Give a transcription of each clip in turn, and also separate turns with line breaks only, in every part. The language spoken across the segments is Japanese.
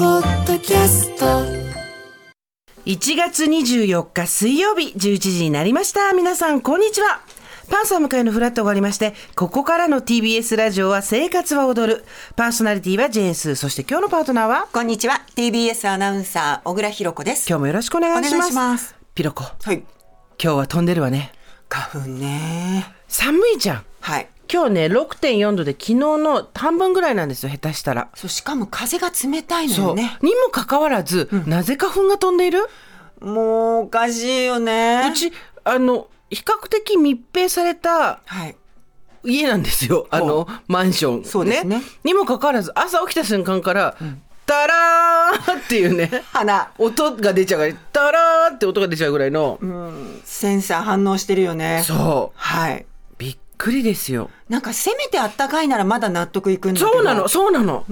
キャスト
1月24日水曜日11時になりました。皆さん、こんにちは。パンサー向かいのフラットがありまして、ここからの TBS ラジオは生活は踊る。パーソナリティは JS。そして今日のパートナーは、
こんにちは TBS アナウンサー小倉弘子です
今日もよろしくお願いします。
お願いします
ピロコ、
はい
今日は飛んでるわね。
花粉ね
寒いじゃん。
はい
今日ね、6.4度で昨日の半分ぐらいなんですよ、下手したら。
そうしかも風が冷たいの
そ
よ
う。
ね
にもかかわらず、なぜ花粉が飛んでいる
もうおかしいよね
うち、あの、比較的密閉された
はい
家なんですよあのマンション
そうですね
にもかかわらず朝起きた瞬間から「タラー!」っていうね
花
音が出ちゃうから「タラー!」って音が出ちゃうぐらいの、
センサー反応してるよね
そう
はい
びっくりですよ
なんかせめてあったかいならまだ納得いくんだけど
そうなのそうなの、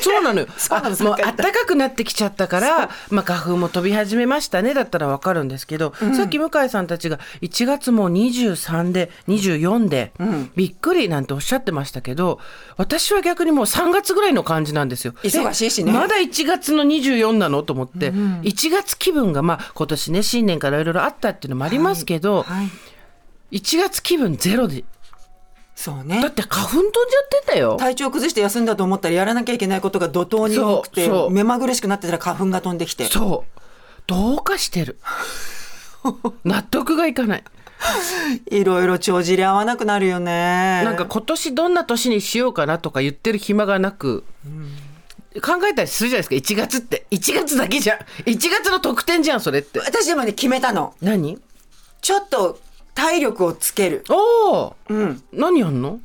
そうなのよ
そうなの
あ
そう
もう
なの
暖かくなってきちゃったから、まあ、花粉も飛び始めましたねだったらわかるんですけど、さっき向井さんたちが1月も23で24で、びっくりなんておっしゃってましたけど私は逆にもう3月ぐらいの感じなんですよ。
忙しいしね
えまだ1月の24なのと思って、1月気分がまあ今年ね新年からいろいろあったっていうのもありますけど、
はい
1月気分ゼロで
そうね
だって花粉飛んじゃってたよ。
体調崩して休んだと思ったらやらなきゃいけないことが怒涛に多くて
そうそう
目まぐるしくなってたら花粉が飛んできて
そうどうかして る納得がいかない、
いろいろ帳尻合わなくなるよね
なんか今年どんな年にしようかなとか言ってる暇がなく、考えたりするじゃないですか1月って1月だけじゃん1月の特典じゃんそれって
私でもね決めたの
何
ちょっと体力をつける。
おお
うん。
何やんの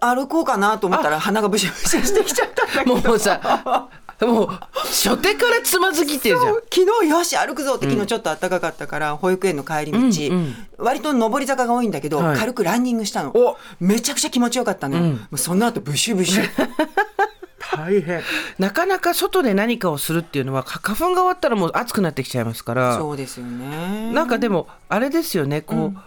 歩こうかなと思ったら鼻がブシブシしてきちゃったんだけど。
もうさもう初手からつまずきてるじゃん
昨日よし歩くぞって昨日ちょっと暖かかったから保育園の帰り道、
うんう
割と上り坂が多いんだけど、
はい
軽くランニングしたの
お
めちゃくちゃ気持ちよかったのよ、
うん
もうその後ブシュブシュ 大変
なかなか外で何かをするっていうのは花粉が終わったらもう暑くなってきちゃいますから
そうですよね
なんかでもあれですよねこう、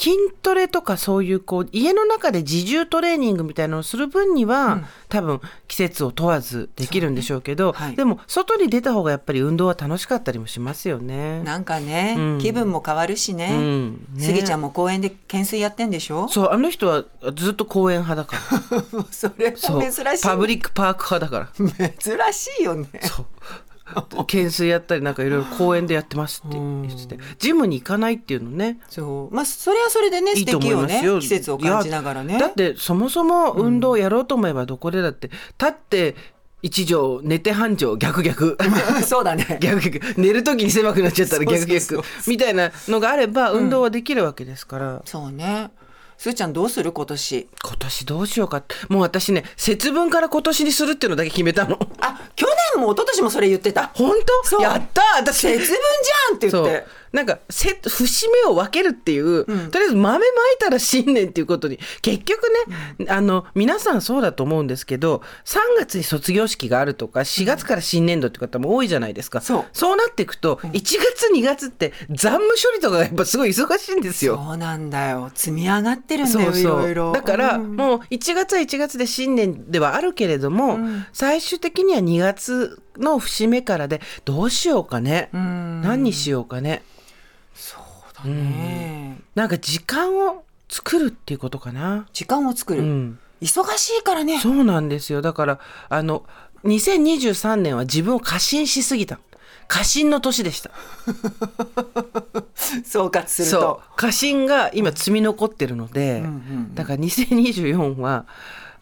筋トレとかそういうこう家の中で自重トレーニングみたいなのをする分には、多分季節を問わずできるんでしょうけど
そうねはい
でも外に出た方がやっぱり運動は楽しかったりもしますよね。
なんかね、
うん
気分も変わるしね,、
うんね
スギちゃんも公園で懸垂やってんでしょ
そうあの人はずっと公園派だから
うそれも
そう
珍しい
パブリックパーク派だから
珍しいよね
懸垂やったりなんかいろいろ公園でやってますって言っててジムに行かないっていうのね
そう。まあ、それはそれでね、
い
素
いと思い
敵よ
ま
ね。
すよ。
季節を感じながら
い
ね。
やだってそもそも運動やろうと思えばどこでだって、立って一畳寝て半畳逆逆。
そうだね。
逆逆寝る時に狭くなっちゃったら
そう
逆
そうそう
逆みたいなのがあれば運動はできるわけですから、
そうね。すーちゃんどうする今年。
今年どうしようかってもう私ね節分から今年にするっていうのだけ決めたの
あ、去年も一昨年もそれ言ってた。
本当
そう
やったー私
節分じゃんって言
そ
っ
う
て。
なんかせ節目を分けるっていう、とりあえず豆まいたら新年っていうことに結局ね、あの皆さんそうだと思うんですけど3月に卒業式があるとか4月から新年度って方も多いじゃないですか、
そう
なっていくと1月2月って残務処理とかがやっぱすごい忙しいんですよ。
そうなんだよ。積み上がってるんだよ、いろいろ。
だから、
うん
もう1月は1月で新年ではあるけれども、最終的には2月の節目からでどうしようかね、何にしようかね。
そうだね。
なんか時間を作るっていうことかな。
時間を作る、
うん、
忙しいからね。
そうなんですよ。だからあの2023年は自分を過信しすぎた。過信の年でした。
総括する
そ
と。
う。過信が今積み残ってるので、
んうん
だから2024は。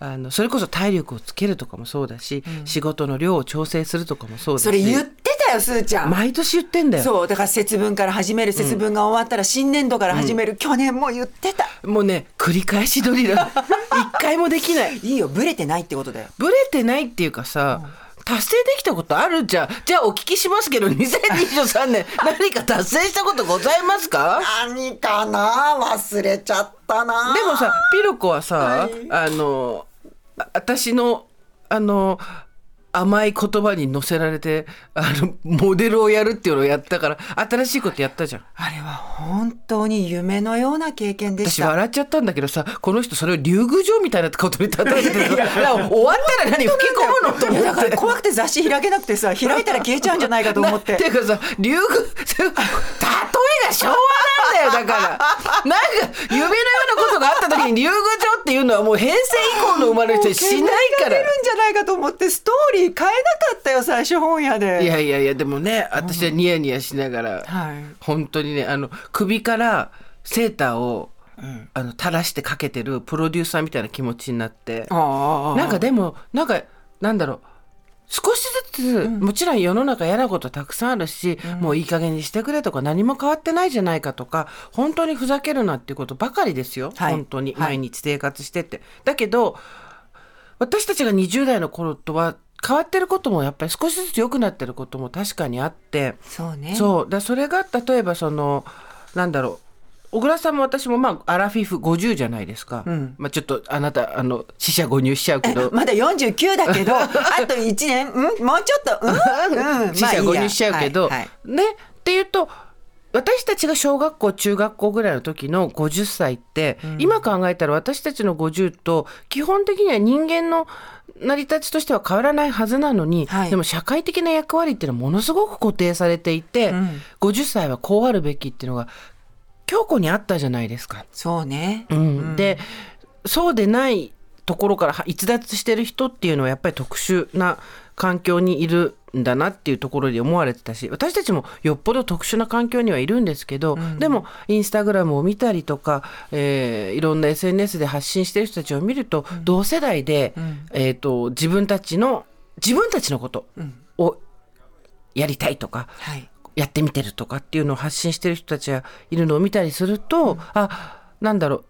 あのそれこそ体力をつけるとかもそうだし、仕事の量を調整するとかもそうだし
それ言ってたよ、すーちゃん。
毎年言ってんだよ
そう。だから節分から始める、節分が終わったら新年度から始める。去年も言ってた。
もうね繰り返し撮り だ一回もできない
いいよ、ブレてないってことだよ。
ブレてないっていうかさ、達成できたことあるじゃん。じゃあお聞きしますけど、2023年 何か達成したことございますか
何かな忘れちゃったな
でもさ、ピロコはさ、あの、あ私の、あの、甘い言葉に乗せられてあのモデルをやるっていうのをやったから新しいことやったじゃん
あれは本当に夢のような経験でし
私
た。
笑っちゃったんだけどさこの人それを竜宮城みたいなことに叩いてる終わったら何吹き込むのと
い
思
や
って
だから怖くて雑誌開けなくてさ開いたら消えちゃうんじゃないかと思っ
な
て
ていうかさ竜宮例えが昭和 なんだよだからなんか夢のようなことがあった時に竜宮城っていうのはもう平成以降の生まれる人はしないか
出
ら。
るんじゃないかと思ってストーリー変えなかったよ最初本屋で
いやいやいやでもね私はニヤニヤしながら、
はい
本当にねあの首からセーターを、あの垂らしてかけてるプロデューサーみたいな気持ちになって
ああ
なんかでもなんかなんだろう少しずつ、もちろん世の中嫌なことたくさんあるし、もういい加減にしてくれとか何も変わってないじゃないかとか本当にふざけるなっていうことばかりですよ、
はい
本当に
は
毎
い
日生活してて。だけど私たちが20代の頃とは変わってることもやっぱり少しずつ良くなってることも確かにあって、
そうね
そうだそれが例えばそのなんだろう小倉さんも私もまあアラフィフ50じゃないですか、
ん
まあ、ちょっとあなたあの死者誤入しちゃうけど
まだ49だ けどあと1年うんもうちょっとうん、うん、
死者誤入しちゃうけど、
まあいいやはいはい
ねっていうと私たちが小学校中学校ぐらいの時の50歳って、今考えたら私たちの50と基本的には人間の成り立ちとしては変わらないはずなのに、
はい
でも社会的な役割っていうのはものすごく固定されていて、
うん
50歳はこうあるべきっていうのが強固にあったじゃないですか。
そうね、
うん、でそうでないところからは逸脱してる人っていうのはやっぱり特殊な環境にいるんだなっていうところで思われてたし私たちもよっぽど特殊な環境にはいるんですけど、でもインスタグラムを見たりとか、えーいろんな SNS で発信してる人たちを見ると、同世代で、えー、と自分たちの自分たちのことをやりたいとか、
はい
やってみてるとかっていうのを発信してる人たちがいるのを見たりすると、あなんだろう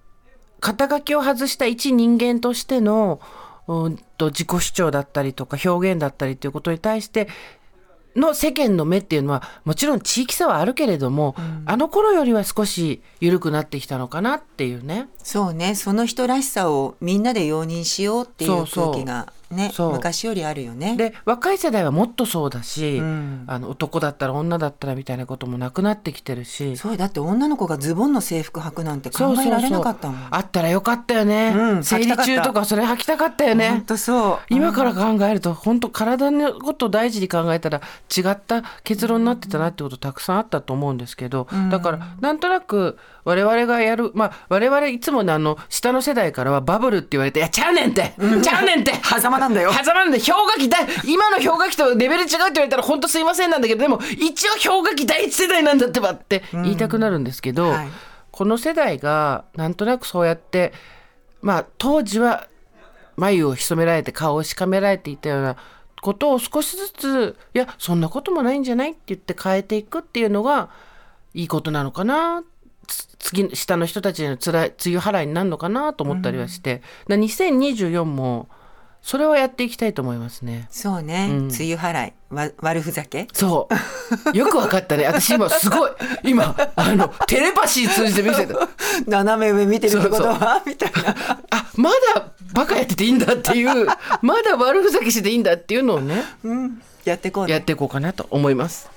肩書きを外した一人間としてのうんと自己主張だったりとか表現だったりということに対しての世間の目っていうのはもちろん地域差はあるけれども、あの頃よりは少し緩くなってきたのかなっていうね。
そうねその人らしさをみんなで容認しようってい
そううそう
空気がね
そう
昔よりあるよね
で若い世代はもっとそうだし、
ん
あの男だったら女だったらみたいなこともなくなってきてるし
そうだって女の子がズボンの制服履くなんて考えられなかったもん
あったらよかったよね、
うん
生理
履き
中
たかった
とかそれ履きたかったよ
本
ね
当そう
今から考えると本当体のことを大事に考えたら違った結論になってたなってことたくさんあったと思うんですけど、だからなんとなく我々がやるまあ我々いつもねあの下の世代からはバブルって言われて「いやちゃうねんって、ちゃうねんって
狭間なんだよ
狭間なんで氷河期だ今の氷河期とレベル違うって言われたら本当すいませんなんだけどでも一応氷河期第一世代なんだってばって言いたくなるんですけど、
はい
この世代がなんとなくそうやってまあ当時は眉を潜められて顔をしかめられていたようなことを少しずついやそんなこともないんじゃないって言って変えていくっていうのがいいことなのかなつ次下の人たちへのつらい梅雨払いになるのかなと思ったりはして、だから2024もそれをやっていきたいと思いますね。
そうね、梅雨払いわ悪ふざけ
そう。よくわかったね。私今すごい、今、あの、テレパシー通じて見せた。
斜め上見てるってことはみたいな
あ、まだバカやってていいんだっていう、まだ悪ふざけしてていいんだっていうのをね、
うんやってこうね
やっていこうかなと思います。